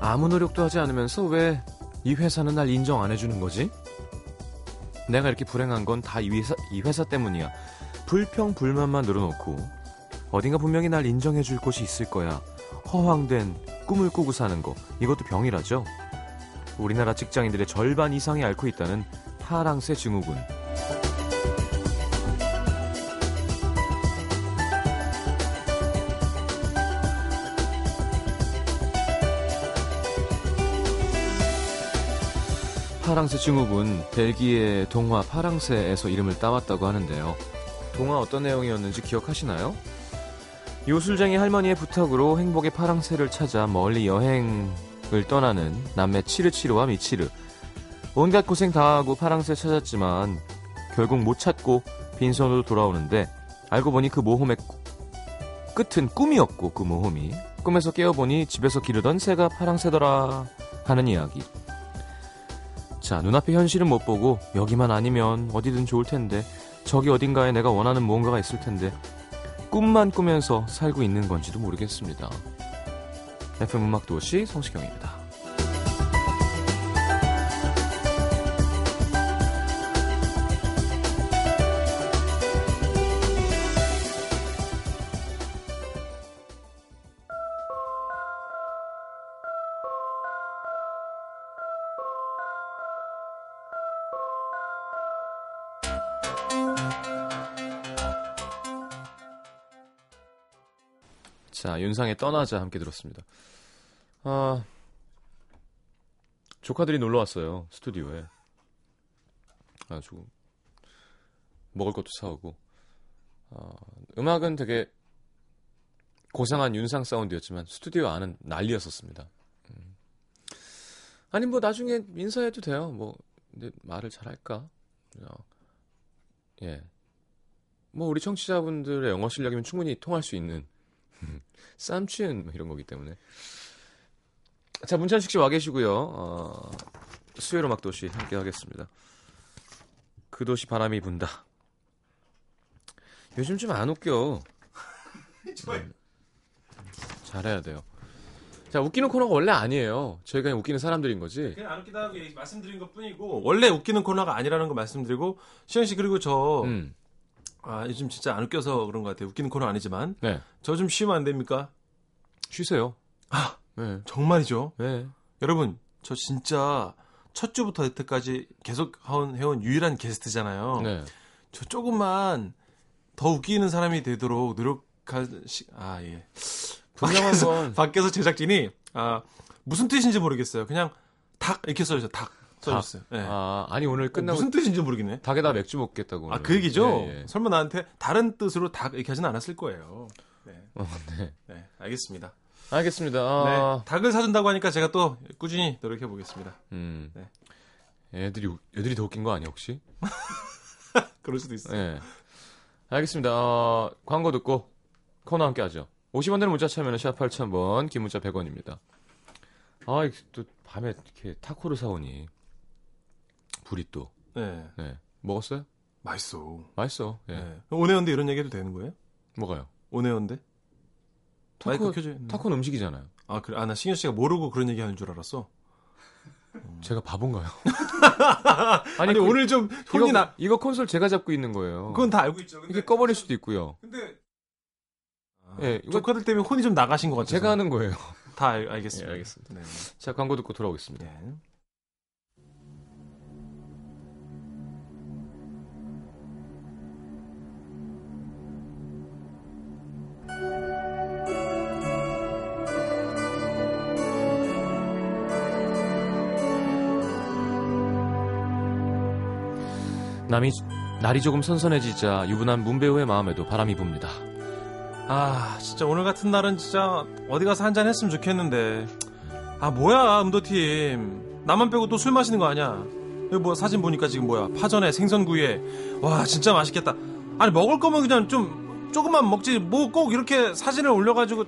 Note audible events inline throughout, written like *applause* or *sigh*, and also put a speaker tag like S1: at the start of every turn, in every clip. S1: 아무 노력도 하지 않으면서 왜 이 회사는 날 인정 안 해주는 거지? 내가 이렇게 불행한 건 다 이 회사, 이 회사 때문이야. 불평, 불만만 늘어놓고 어딘가 분명히 날 인정해줄 곳이 있을 거야. 허황된 꿈을 꾸고 사는 거. 이것도 병이라죠? 우리나라 직장인들의 절반 이상이 앓고 있다는 파랑새 증후군. 파랑새 증후군, 벨기에 동화 파랑새에서 이름을 따왔다고 하는데요. 동화 어떤 내용이었는지 기억하시나요? 요술쟁이 할머니의 부탁으로 행복의 파랑새를 찾아 멀리 여행을 떠나는 남매 치르치르와 미치르. 온갖 고생 다 하고 파랑새 찾았지만 결국 못 찾고 빈손으로 돌아오는데 알고 보니 그 모험의 꾸- 끝은 꿈이었고 그 모험이 꿈에서 깨어보니 집에서 기르던 새가 파랑새더라 하는 이야기. 자, 눈앞의 현실은 못 보고 여기만 아니면 어디든 좋을 텐데 저기 어딘가에 내가 원하는 무언가가 있을 텐데 꿈만 꾸면서 살고 있는 건지도 모르겠습니다. FM 음악 도시 성시경입니다. 자, 윤상의 떠나자 함께 들었습니다. 아, 조카들이 놀러 왔어요. 스튜디오에. 아주 먹을 것도 사오고. 아, 음악은 되게 고상한 윤상 사운드였지만 스튜디오 안은 난리였었습니다. 음. 아니 뭐 나중에 인사해도 돼요. 뭐 근데 말을 잘 할까? 그냥, 예. 뭐 우리 청취자분들의 영어 실력이면 충분히 통할 수 있는 쌈치은 뭐 이런 거기 때문에. 자, 문찬식 씨 와 계시고요. 어, 수요일 음악 도시 함께 하겠습니다. 그 도시 바람이 분다. 요즘 좀 안 웃겨. 음, 잘해야 돼요. 자, 웃기는 코너가 원래 아니에요. 저희가 그냥 웃기는 사람들인 거지.
S2: 그냥 안 웃기다 하고 얘기- 말씀드린 것 뿐이고 원래 웃기는 코너가 아니라는 거 말씀드리고 시현 씨 그리고 저
S1: 음,
S2: 아, 요즘 진짜 안 웃겨서 그런 것 같아요. 웃기는 코너 아니지만
S1: 네.
S2: 저 좀 쉬면 안 됩니까?
S1: 쉬세요.
S2: 아
S1: 네.
S2: 정말이죠.
S1: 네.
S2: 여러분 저 진짜 첫 주부터 여태까지 계속 해온, 해온 유일한 어. 게스트잖아요.
S1: 네.
S2: 저 조금만 더 웃기는 사람이 되도록 노력할 시... 아 예.
S1: 분명 한번
S2: 밖에서 제작진이 아 무슨 뜻인지 모르겠어요. 그냥 닭 이렇게 써주세요. 닭 써주세요. 예. 그러니까
S1: 아, 아니 오늘 끝나고
S2: 무슨 뜻인지 모르겠네.
S1: 닭에다 맥주 먹겠다고.
S2: 아,
S1: 오늘.
S2: 그 얘기죠?
S1: 예, 예.
S2: 설마 나한테 다른 뜻으로 다 이렇게 하진 않았을 거예요. 네.
S1: 어, 네.
S2: 네, 알겠습니다.
S1: 알겠습니다.
S2: 네,
S1: 아,
S2: 닭을 사준다고 하니까 제가 또 꾸준히 노력해 보겠습니다.
S1: 음.
S2: 네.
S1: 애들이 웃- 애들이 더 웃긴 거 아니야 혹시?
S2: 그럴 수도 있어요.
S1: 네. 알겠습니다. 어, 광고 듣고 코너 함께 하죠. 50원 되는 문자 참여는 샵 8000번, 긴 문자 100원입니다. 아, 이게 또 밤에 이렇게 타코를 사오니 불이 또.
S2: 네,
S1: 네. 먹었어요?
S2: 맛있어.
S1: 맛있어. 예.
S2: 네. 오네온데 이런 얘기해도 되는 거예요?
S1: 먹어요.
S2: 오네온데?
S1: 타코
S2: 마이크 켜져.
S1: 타코 는 음식이잖아요.
S2: 아, 그래. 아, 나 신현 씨가 모르고 그런 얘기 하는 줄 알았어.
S1: 제가 바본가요?
S2: 음. *laughs* 아니,
S1: 그-
S2: 오늘 좀
S1: 이거,
S2: 혼이 나.
S1: 이거 콘솔 제가 잡고 있는 거예요.
S2: 그건 다 알고 있죠. 근데
S1: 이게 꺼버릴 수도 있고요.
S2: 근데 아,
S1: 예, 이거-
S2: 조카들 때문에 혼이 좀 나가신 것 같아서
S1: 제가 하는 거예요.
S2: 다 알, 알겠습니다.
S1: 예, 알겠습니다.
S2: 네.
S1: 자, 광고 듣고 돌아오겠습니다.
S2: 네.
S1: 남이 날이 조금 선선해지자 유부남 문배우의 마음에도 바람이 붑니다.
S2: 아 진짜 오늘 같은 날은 진짜 어디 가서 한잔 했으면 좋겠는데 아 뭐야 음도팀 나만 빼고 또 술 마시는 거 아니야 여기 뭐 사진 보니까 지금 뭐야 파전에 생선구이에 와 진짜 맛있겠다 아니 먹을 거면 그냥 좀 조금만 먹지 뭐 꼭 이렇게 사진을 올려가지고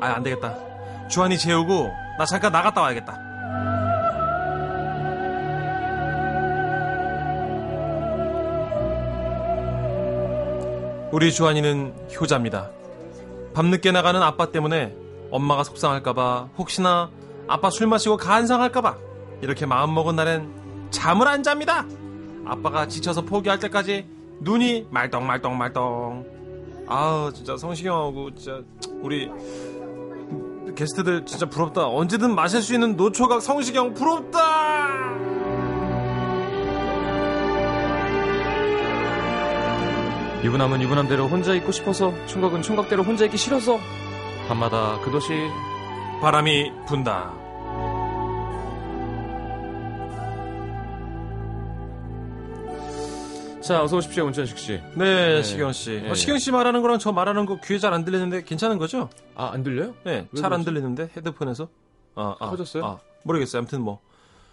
S2: 아 안 되겠다 주한이 재우고 나 잠깐 나갔다 와야겠다 우리 주한이는 효자입니다 밤늦게 나가는 아빠 때문에 엄마가 속상할까봐 혹시나 아빠 술 마시고 간상할까봐 이렇게 마음먹은 날엔 잠을 안 잡니다. 아빠가 지쳐서 포기할 때까지 눈이 말똥말똥말똥. 아우 진짜 성시경하고 진짜 우리 게스트들 진짜 부럽다. 언제든 마실 수 있는 노초각 성시경 부럽다.
S1: 유부남은 유부남대로 혼자 있고 싶어서 총각은 총각대로 혼자 있기 싫어서 밤마다 아, 그도시
S2: 바람이 분다.
S1: 자 어서 오십시오 문천식 씨.
S2: 네,
S1: 네.
S2: 시경 씨.
S1: 네.
S2: 어, 시경 씨 말하는 거랑 저 말하는 거 귀에 잘 안 들리는데 괜찮은 거죠?
S1: 아 안 들려요?
S2: 네,
S1: 왜
S2: 잘 안
S1: 그러지?
S2: 들리는데 헤드폰에서. 아, 아,
S1: 커졌어요?
S2: 아, 모르겠어요. 아무튼 뭐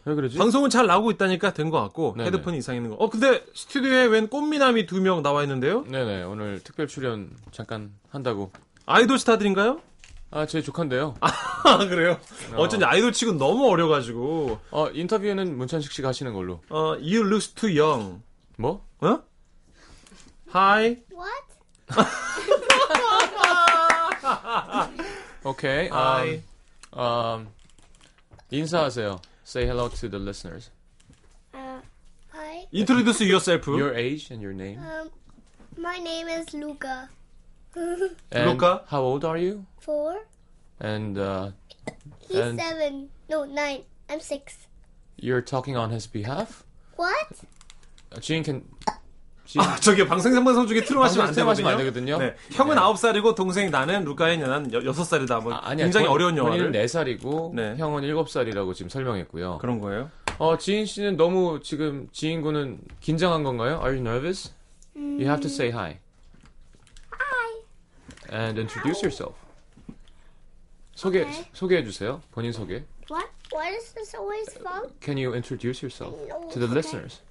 S1: 왜 그러지?
S2: 방송은 잘 나오고 있다니까 된 것 같고
S1: 네네.
S2: 헤드폰이 이상 있는 거. 어, 근데 스튜디오에 웬 꽃미남이 두 명 나와 있는데요?
S1: 네네 오늘 특별 출연 잠깐 한다고.
S2: 아이돌 스타들인가요? *laughs*
S1: 아 제 조카인데요.
S2: 아, 그래요. 어쩐지 아이돌 치고 너무 어려가지고.
S1: 어 인터뷰는 문천식 씨가 하시는 걸로.
S2: 어, you look too young.
S1: 뭐?
S2: 어? Hi.
S3: What?
S1: 오케이.
S2: Hi.
S1: 음, 음, 인사하세요. Say hello to the listeners.
S3: Uh, hi.
S2: Introduce yourself.
S1: Your age and your name.
S3: Um, my name is Luca. *laughs*
S1: And
S2: Luca.
S1: How old are you?
S3: Four.
S1: And uh,
S3: He's
S1: And-
S3: seven. No, nine. I'm six.
S1: you're talking on his behalf.
S3: What?
S1: Uh, Jean can. Jean,
S2: 아, 저기 방송 생방송 중에 트름하시면 안
S1: 네. 방송 트름하시면
S2: 되거든요.
S1: 안 되거든요.
S2: 네. 형은 아홉 살이고 동생 나는 루카인 나는 여- 여섯 살이다. 뭐
S1: 아, 아니야.
S2: 굉장히
S1: 본-
S2: 어려운 영화를
S1: 본인은 4살이고
S2: 네.
S1: 형은 7살이라고 지금 설명했고요.
S2: 그런 거예요.
S1: 어, 지인 씨는 너무 지금 지인군은 긴장한 건가요? Are you nervous? You have to say hi. Hi. And introduce yourself. 소개
S3: Okay.
S1: 소개해 주세요. 본인 소개.
S3: What? What is this always from?
S1: Can you introduce yourself
S3: No,
S1: to the
S3: okay.
S1: listeners?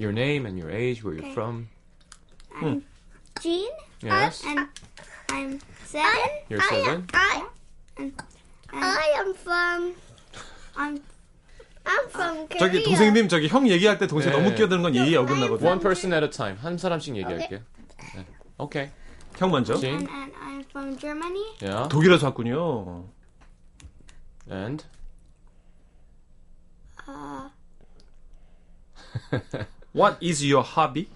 S1: Your name and your age, where you're from.
S4: Jean,
S1: Yes.
S4: and I'm seven.
S1: You're seven.
S3: I
S4: And
S3: I am from
S4: I'm uh,
S3: I'm from Korea.
S2: 저기 동생님 저기 형 얘기할 때 동생
S1: 네.
S2: 너무 끼어드는 건 예의 어긋나거든요.
S1: One person at a time. 한 사람씩 얘기할게요. 네. 오케이.
S2: 형 먼저.
S1: 지인.
S4: and, and I'm from Germany.
S1: Yeah.
S2: 독일에서 왔군요.
S1: And
S4: Uh,
S2: What is your hobby?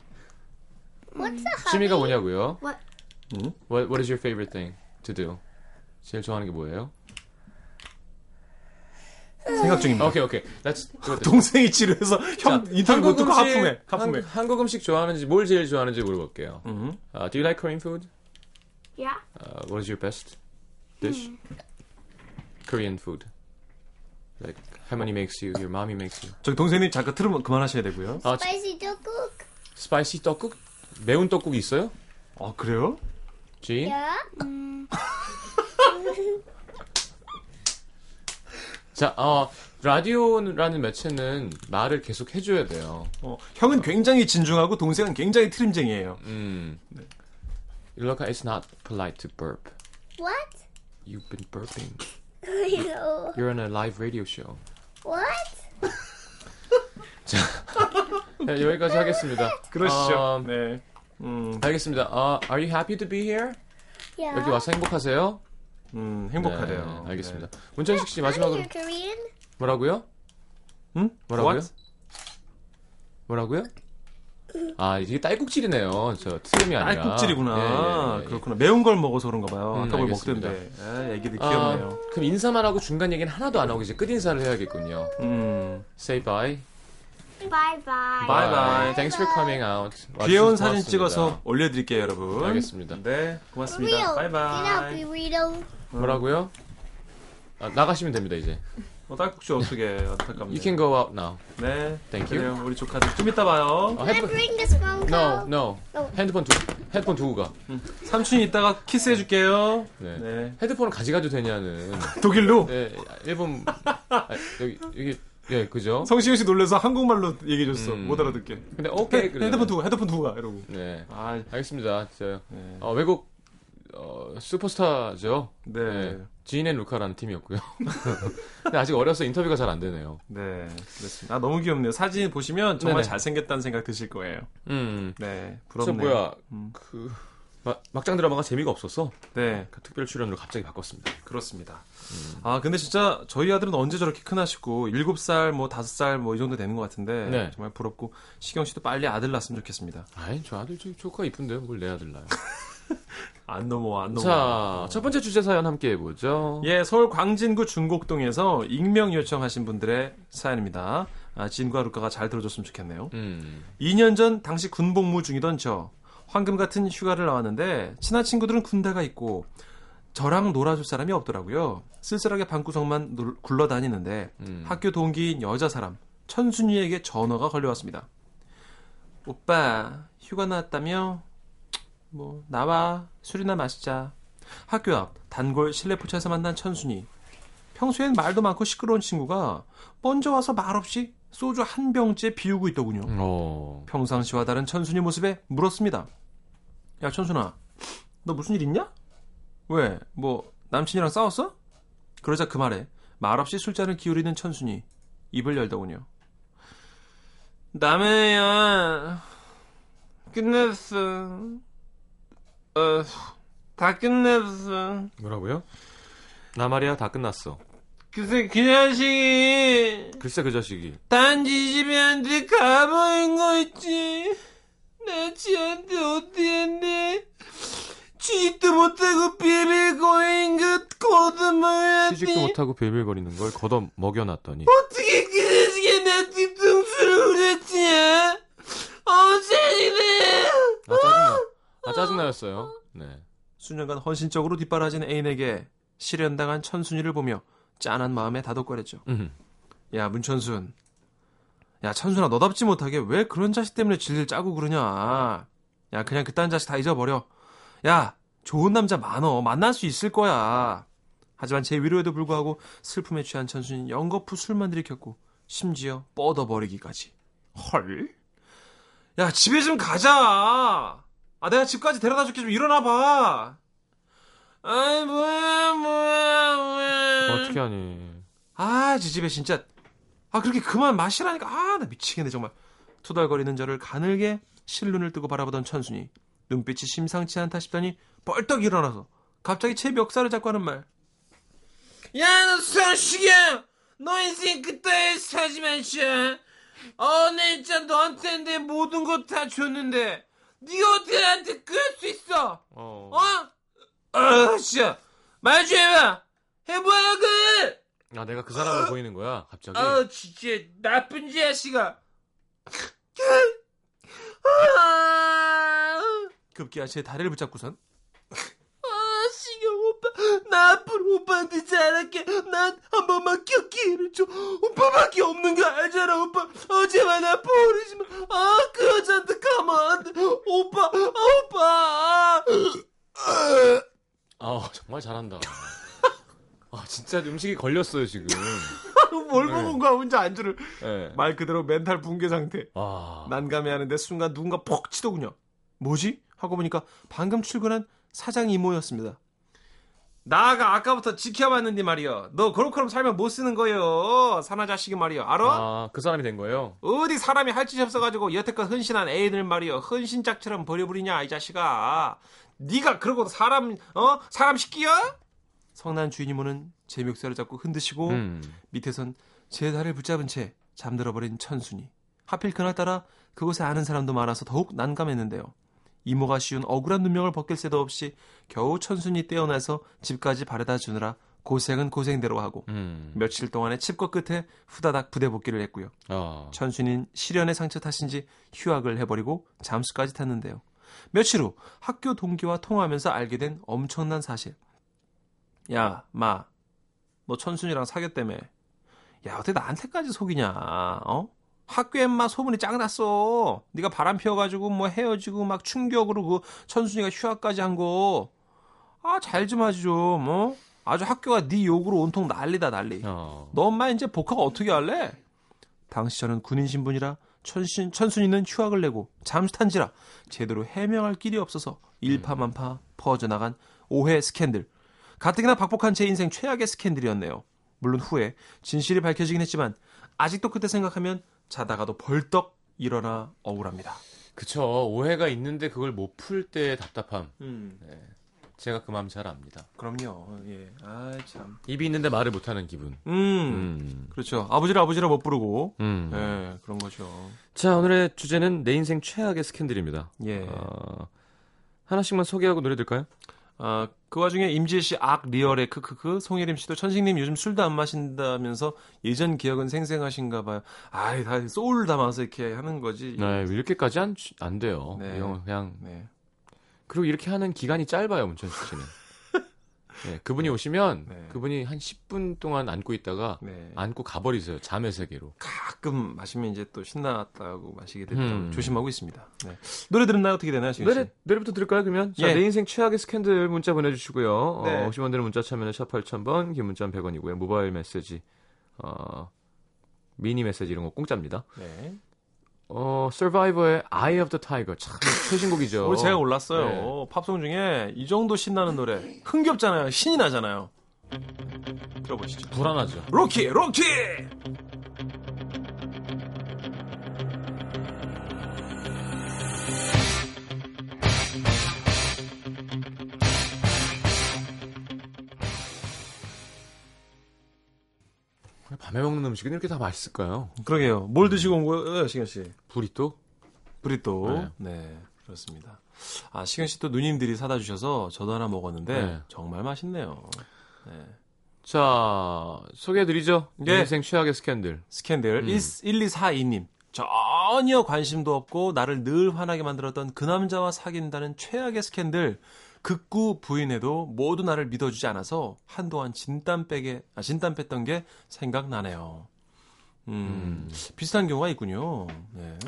S3: What's
S4: mm.
S3: the hobby?
S1: 취미가 뭐냐고요?
S4: What-
S2: 음?
S1: What What is your favorite thing to do? 제일 좋아하는 게 뭐예요?
S2: 생각 중입니다.
S1: 오케이 오케이. That's good.
S2: 음. 동생이 지루해서 형 인터뷰 못 듣고 하품해. 하품해.
S1: 한국, 한국 음식 좋아하는지 뭘 제일 좋아하는지 물어볼게요.
S2: 음.
S1: Uh, do you like Korean food?
S4: yeah.
S1: Uh, what is your best dish? Korean food. Like 할머니 makes you, your mommy makes you.
S2: 저기 동생님 잠깐 트름 그만하셔야 되고요.
S1: 아, 저-
S3: Spicy tteokguk.
S1: spicy 떡국? 매운 떡국 있어요?
S2: 아 그래요?
S1: 지인?
S3: Yeah.
S4: Mm.
S1: 자, 어, 라디오라는 매체는 말을 계속 해줘야 돼요.
S2: 어, 형은 굉장히 진중하고 동생은 굉장히 트림쟁이에요.
S1: 음. 일러카, it's not polite to burp.
S3: What?
S1: You've been burping.
S3: You know.
S1: You're on a live radio show.
S3: What?
S1: 네, 여기까지 하겠습니다.
S2: 그러시죠.
S1: 어,
S2: 네. 음,
S1: 알겠습니다. 어, are you happy to be here?
S3: Yeah.
S1: 여기 와서 행복하세요?
S2: 음, 행복하대요.
S1: 네, 알겠습니다. 문천식 씨 마지막으로
S3: You're Korean?
S1: 뭐라고요?
S2: 네. 음?
S1: 뭐라고요?
S2: What?
S1: 뭐라고요? 아 이게 딸꾹질이네요. 저 트름이 아니라.
S2: 딸꾹질이구나.
S1: 예, 예, 예.
S2: 그렇구나. 매운 걸 먹어서 그런가 봐요.
S1: 음,
S2: 아까 뭘
S1: 알겠습니다.
S2: 먹던데. 아, 애기들
S1: 아,
S2: 귀엽네요.
S1: 그럼 인사만 하고 중간 얘기는 하나도 안 하고 이제 끝 인사를 해야겠군요.
S2: 음.
S1: Say bye.
S4: Bye bye.
S2: Bye bye.
S1: Thanks for coming out. 와주셔서
S2: 귀여운 사진
S1: 고맙습니다.
S2: 찍어서 올려드릴게요, 여러분.
S1: 알겠습니다.
S2: 네, 고맙습니다.
S3: Burrito.
S2: 바이바이.
S3: Get out, burrito.
S1: 음. 뭐라고요? 아, 나가시면 됩니다 이제.
S2: 어, 딸꾹질 어떻게 안타깝네요.
S1: You can go out now.
S2: 네,
S1: Thank you.
S2: 그래요. 네, 우리 조카들 좀 이따 봐요.
S1: 아,
S3: Can I
S1: 핸드폰.
S3: bring this phone call?
S1: No, no.
S2: 어.
S3: No.
S1: 핸드폰 두 핸드폰 두고 가.
S2: 삼촌이 이따가 키스해줄게요.
S1: 네.
S2: 네.
S1: 헤드폰을 가져가도 되냐는.
S2: 독일로
S1: 네, 일본 아, 여기 여기 예 그죠?
S2: 성시경 씨 놀래서 한국말로 얘기해줬어.
S1: 음.
S2: 못 알아듣게.
S1: 근데
S2: 헤,
S1: 오케이 그러잖아요.
S2: 헤드폰 두고, 헤드폰 두고 가, 이러고.
S1: 네
S2: 아,
S1: 알겠습니다. 저
S2: 네.
S1: 어, 외국 어, 슈퍼스타죠.
S2: 네. 네.
S1: 지인앤 루카라는 팀이었고요. *laughs* 근데 아직 어려서 인터뷰가 잘 안 되네요.
S2: 그렇습니다. 아, 너무 귀엽네요. 사진 보시면 정말
S1: 네네.
S2: 잘생겼다는 생각 드실 거예요.
S1: 음.
S2: 네,
S1: 저
S2: 부럽네요.
S1: 뭐야
S2: 음.
S1: 그 마- 막장 드라마가 재미가 없어서
S2: 네,
S1: 그 특별 출연으로 갑자기 바꿨습니다.
S2: 그렇습니다. 아, 근데 진짜 저희 아들은 언제 저렇게 크나시고, 7살, 뭐 5살, 뭐 이 정도 되는 것 같은데,
S1: 네.
S2: 정말 부럽고, 시경 씨도 빨리 아들 낳았으면 좋겠습니다.
S1: 아이, 저 아들 저 조카 이쁜데요. 뭘 내 아들 나요.
S2: 안 넘어와, 안
S1: 자,
S2: 넘어와.
S1: 첫 번째 주제 사연 함께 해보죠.
S2: 예, 서울 광진구 중곡동에서 익명 요청하신 분들의 사연입니다. 아, 진과 루카가 잘 들어줬으면 좋겠네요.
S1: 음,
S2: 2년 전 당시 군복무 중이던 저 황금 같은 휴가를 나왔는데 친한 친구들은 군대가 있고 저랑 놀아줄 사람이 없더라고요. 쓸쓸하게 방구석만 놀- 굴러다니는데
S1: 음.
S2: 학교 동기인 여자 사람 천순이에게 전화가 걸려왔습니다. 오빠 휴가 나왔다며? 뭐 나와 술이나 마시자. 학교 앞 단골 실내 포차에서 만난 천순이 평소엔 말도 많고 시끄러운 친구가 먼저 와서 말없이 소주 한 병째 비우고 있더군요.
S1: 어,
S2: 평상시와 다른 천순이 모습에 물었습니다. 야, 천순아, 너 무슨 일 있냐? 왜, 뭐, 남친이랑 싸웠어? 그러자 그 말에 말없이 술잔을 기울이는 천순이 입을 열더군요. 남해야, 끝냈어. 어, 다 끝냈어.
S1: 뭐라고요? 나 말이야 다 끝났어.
S2: 그새 그 자식이
S1: 글쎄 그 자식이
S2: 딴 지지배한테 가버린 거 있지. 나 지한테 어땠네. 취직도 못하고 비밀고인 그 거듭말했니.
S1: 취직도 못하고 빌빌거리는 걸 걷어 먹여놨더니
S2: 어떻게 그 자식이 내 뒤통수를 후렸지? 어, 자식네.
S1: 아 짜증나, 아 짜증나였어요. 네.
S2: 수년간 헌신적으로 뒷바라진 애인에게 실현당한 천순이를 보며 짠한 마음에 다독거렸죠.
S1: 음.
S2: 야 문천순 야 천순아 너답지 못하게 왜 그런 자식 때문에 질질 짜고 그러냐 야 그냥 그딴 자식 다 잊어버려 야 좋은 남자 많어 만날 수 있을 거야 하지만 제 위로에도 불구하고 슬픔에 취한 천순이 연거푸 술만 들이켰고 심지어 뻗어버리기까지 헐? 야 집에 좀 가자 아 내가 집까지 데려다 줄게 좀 일어나봐 아이 뭐야 뭐야 뭐야
S1: 어떻게 하니?
S2: 아, 지집에 진짜. 아, 그렇게 그만 마시라니까. 아, 나 미치겠네, 정말. 투덜거리는 저를 가늘게 실눈을 뜨고 바라보던 천순이 눈빛이 심상치 않다 싶더니 벌떡 일어나서 갑자기 제 멱살을 잡고 하는 말. 야, 너 선식이야! 너 인생 그따위 사지 마셔! 어, 내 진짜 너한테 내 모든 것 다 줬는데 네가 어떻게 나한테 그럴 수 있어!
S1: 어.
S2: 어? 아, 진짜! 말 좀 해봐! 해봐야 그!
S1: 아 내가 그 사람을 보이는 거야 갑자기.
S2: 아 진짜 나쁜 자식아. 급기야 제 다리를 붙잡고선. 아 시경 오빠 나 앞으로 오빠한테 잘할게. 난 한 번만 격기를 줘. 오빠밖에 없는 거 알잖아 오빠. 어제만 나 버리지 마. 아그 여자한테 가만 안 돼. 오빠 아 오빠.
S1: 아 정말 *laughs* 잘한다. 아 진짜 음식이 걸렸어요 지금.
S2: 뭘 먹은 거야 혼자 안주를.
S1: 예.
S2: 말 그대로 멘탈 붕괴 상태.
S1: 아
S2: 난감해하는데 순간 누군가 퍽 치더군요. 뭐지? 하고 보니까 방금 출근한 사장 이모였습니다. 나가 아까부터 지켜봤는데 말이여. 너 그렇게럼 살면 못 쓰는 거요. 사나 자식이 말이여. 알아?
S1: 아, 그 사람이 된 거예요?
S2: 어디 사람이 할 짓이 없어가지고 여태껏 헌신한 애인을 말이여. 헌신짝처럼 버려버리냐 이 자식아. 네가 그러고 사람 어 사람 시키여? 성난 주인 이모는 제 멱살을 잡고 흔드시고
S1: 음.
S2: 밑에선 제 다리를 붙잡은 채 잠들어버린 천순이. 하필 그날따라 그곳에 아는 사람도 많아서 더욱 난감했는데요. 이모가 씌운 억울한 눈명을 벗길 새도 없이 겨우 천순이 떼어내서 집까지 바래다 주느라 고생은 고생대로 하고
S1: 음.
S2: 며칠 동안의 칩거 끝에 후다닥 부대 복귀를 했고요.
S1: 아.
S2: 천순이는 시련의 상처 탓인지 휴학을 해버리고 잠수까지 탔는데요. 며칠 후 학교 동기와 통화하면서 알게 된 엄청난 사실. 야, 마. 너 천순이랑 사귀었다며. 야, 어떻게 나한테까지 속이냐. 어? 학교에 마 소문이 짱났어. 네가 바람 피워가지고 뭐 헤어지고 막 충격으로 그 천순이가 휴학까지 한 거. 아, 잘 좀 하지 좀. 어? 아주 학교가 네 욕으로 온통 난리다 난리.
S1: 어.
S2: 너 엄마 이제 복학 어떻게 할래? 당시 저는 군인 신분이라 천신, 천순이는 휴학을 내고 잠수 탄지라 제대로 해명할 길이 없어서 일파만파 퍼져나간 오해 스캔들. 가뜩이나 박복한 제 인생 최악의 스캔들이었네요. 물론 후에 진실이 밝혀지긴 했지만 아직도 그때 생각하면 자다가도 벌떡 일어나 억울합니다.
S1: 그쵸. 오해가 있는데 그걸 못 풀 때 답답함.
S2: 음,
S1: 제가 그 마음 잘 압니다.
S2: 그럼요. 예. 아, 참.
S1: 입이 있는데 말을 못하는 기분.
S2: 음,
S1: 음.
S2: 그렇죠. 아버지를 아버지라 못 부르고.
S1: 음.
S2: 예, 그런 거죠.
S1: 자, 오늘의 주제는 내 인생 최악의 스캔들입니다.
S2: 예.
S1: 어, 하나씩만 소개하고 노래 들까요?
S2: 아, 그 와중에 임지혜 씨 악 리얼의 크크크 송혜림 씨도 천식님 요즘 술도 안 마신다면서 예전 기억은 생생하신가 봐요. 아이 다 소울 담아서 이렇게 하는 거지.
S1: 네, 이렇게까지 안, 취- 안 돼요.
S2: 네.
S1: 이건 그냥
S2: 네.
S1: 그리고 이렇게 하는 기간이 짧아요, 문천식
S2: *laughs*
S1: 씨는. 네, 그분이 오시면
S2: 네.
S1: 그분이 한 10분 동안 안고 있다가
S2: 네.
S1: 안고 가버리세요. 잠의 세계로.
S2: 가끔 마시면 이제 또 신났다고 마시게 되고
S1: 음.
S2: 조심하고 있습니다. 네. 노래 들은 날 어떻게 되나요, 지금?
S1: 노래, 노래부터 들을까요, 그러면? 자,
S2: 예.
S1: 내 인생 최악의 스캔들 문자 보내주시고요.
S2: 네.
S1: 어, 50원 되는 문자 참여는 샵 8000번, 긴 문자는 100원이고요. 모바일 메시지, 어, 미니 메시지 이런 거 공짜입니다.
S2: 네.
S1: 어, 서바이버의 Eye of the Tiger. 참, 최신곡이죠.
S2: 오늘 제가 올랐어요.
S1: 네.
S2: 팝송 중에 이 정도 신나는 노래 흥겹잖아요. 신이 나잖아요. 들어보시죠.
S1: 불안하죠.
S2: 로키, 로키!
S1: 밤에 먹는 음식은 이렇게 다 맛있을까요?
S2: 그러게요. 뭘 드시고 온 거예요, 시현 씨?
S1: 브리또?
S2: 브리또. 네. 그렇습니다. 아, 시현 씨또 누님들이 사다 주셔서 저도 하나 먹었는데
S1: 네.
S2: 정말 맛있네요. 네.
S1: 자, 소개해드리죠. 내
S2: 예.
S1: 인생 최악의 스캔들.
S2: 스캔들 1, 1242님. 전혀 관심도 없고 나를 늘 화나게 만들었던 그 남자와 사귄다는 최악의 스캔들. 극구 부인해도 모두 나를 믿어주지 않아서 한동안 진땀 빼게 아, 진땀 뺐던 게 생각나네요. 음, 비슷한 경우가 있군요. 네.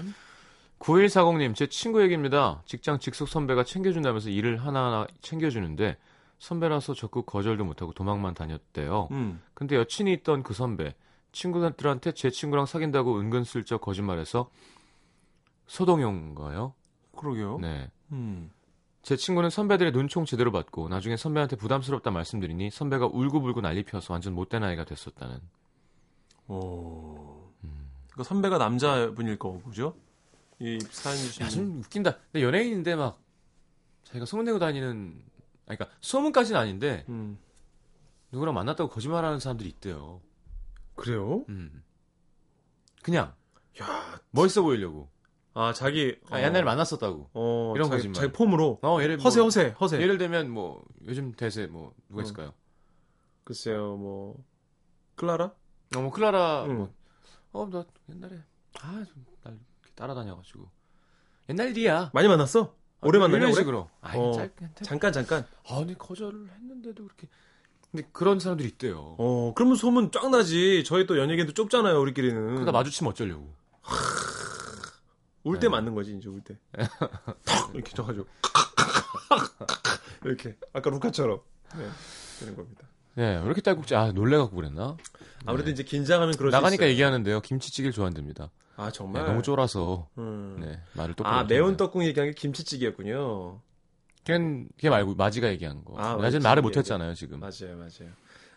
S1: 9140님, 제 친구 얘기입니다. 직장 직속 선배가 챙겨준다면서 일을 하나하나 챙겨주는데, 선배라서 적극 거절도 못하고 도망만 다녔대요.
S2: 음.
S1: 근데 여친이 있던 그 선배, 친구들한테 제 친구랑 사귄다고 은근슬쩍 거짓말해서, 소동용가요?
S2: 그러게요.
S1: 네.
S2: 음.
S1: 제 친구는 선배들의 눈총 제대로 받고, 나중에 선배한테 부담스럽다 말씀드리니, 선배가 울고불고 난리 피워서 완전 못된 아이가 됐었다는.
S2: 오.
S1: 음.
S2: 그러니까 선배가 남자분일 거고 그죠? 이 사연
S1: 야,
S2: 주신
S1: 좀 웃긴다. 근데 연예인인데 막, 자기가 소문내고 다니는, 아, 그러니까 소문까지는 아닌데,
S2: 분. 음.
S1: 누구랑 만났다고 거짓말하는 사람들이 있대요.
S2: 그래요?
S1: 음. 그냥 멋있어 보이려고.
S2: 아 자기
S1: 아, 옛날에 만났었다고.
S2: 어,
S1: 이런
S2: 자기,
S1: 거짓말.
S2: 자기 폼으로
S1: 어, 예를
S2: 허세
S1: 뭐,
S2: 허세 허세.
S1: 예를 들면 뭐 요즘 대세 뭐 누가
S2: 네. 어.
S1: 있을까요?
S2: 글쎄요, 뭐 클라라?
S1: 어, 뭐 클라라
S2: 응.
S1: 뭐, 어, 나 옛날에 아, 좀날 이렇게 따라다녀 가지고. 옛날 일이야.
S2: 많이 만났어? 오래 만났냐
S1: 아, 이런
S2: 오래?
S1: 식으로. 아니,
S2: 어.
S1: 짧게. 짧게.
S2: 잠깐 잠깐.
S1: 아니, 거절을 했는데도 그렇게 근데 그런 사람들이 있대요.
S2: 어, 그러면 소문 쫙 나지. 저희 또 연예계도 좁잖아요, 우리끼리는.
S1: 그러다 마주치면 어쩌려고.
S2: 울 때
S1: 그러니까 네.
S2: 맞는 거지, 이제 울
S1: *laughs*
S2: 때. 턱 이렇게 쳐가지고 이렇게 아까 루카처럼 네, 되는 겁니다.
S1: 네, 왜 이렇게 딸꾹질 아, 놀래 갖고 그랬나?
S2: 아무래도 이제 긴장하면 그러지.
S1: 나가니까 얘기하는데요. 김치찌개를 좋아한답니다.
S2: 아
S1: 네,
S2: 정말.
S1: 너무 쫄아서
S2: 음.
S1: 네, 말을 똑바로
S2: 아
S1: 못하네요.
S2: 매운 떡국 얘기한 게 김치찌개였군요.
S1: 걘, 걔 말고 마지가 얘기한 거.
S2: 아,
S1: 나 지금
S2: 마지
S1: 말을
S2: 얘기.
S1: 못했잖아요 지금.
S2: 맞아요, 맞아요.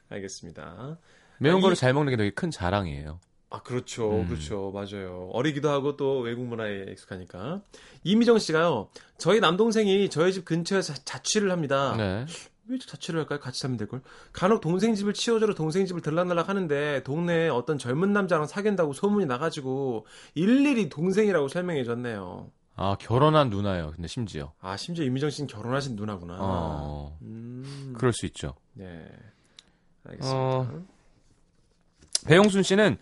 S2: 알겠습니다.
S1: 매운
S2: 이-
S1: 거를 잘 먹는 게 되게 큰 자랑이에요.
S2: 아, 그렇죠.
S1: 음.
S2: 그렇죠. 맞아요. 어리기도 하고 또 외국 문화에 익숙하니까. 이미정 씨가요, 저희 남동생이 저희 집 근처에서 자취를 합니다.
S1: 네.
S2: 왜 자취를 할까요? 같이 살면 될걸. 간혹 동생 집을 치워주러 동생 집을 들락날락 하는데, 동네에 어떤 젊은 남자랑 사귄다고 소문이 나가지고, 일일이 동생이라고 설명해 줬네요.
S1: 아 결혼한 누나예요. 근데 심지어.
S2: 아, 심지어 이미정 씨는 결혼하신 누나구나.
S1: 어.
S2: 음.
S1: 그럴 수 있죠.
S2: 네. 알겠습니다.
S1: 어. 음. 배용순 씨는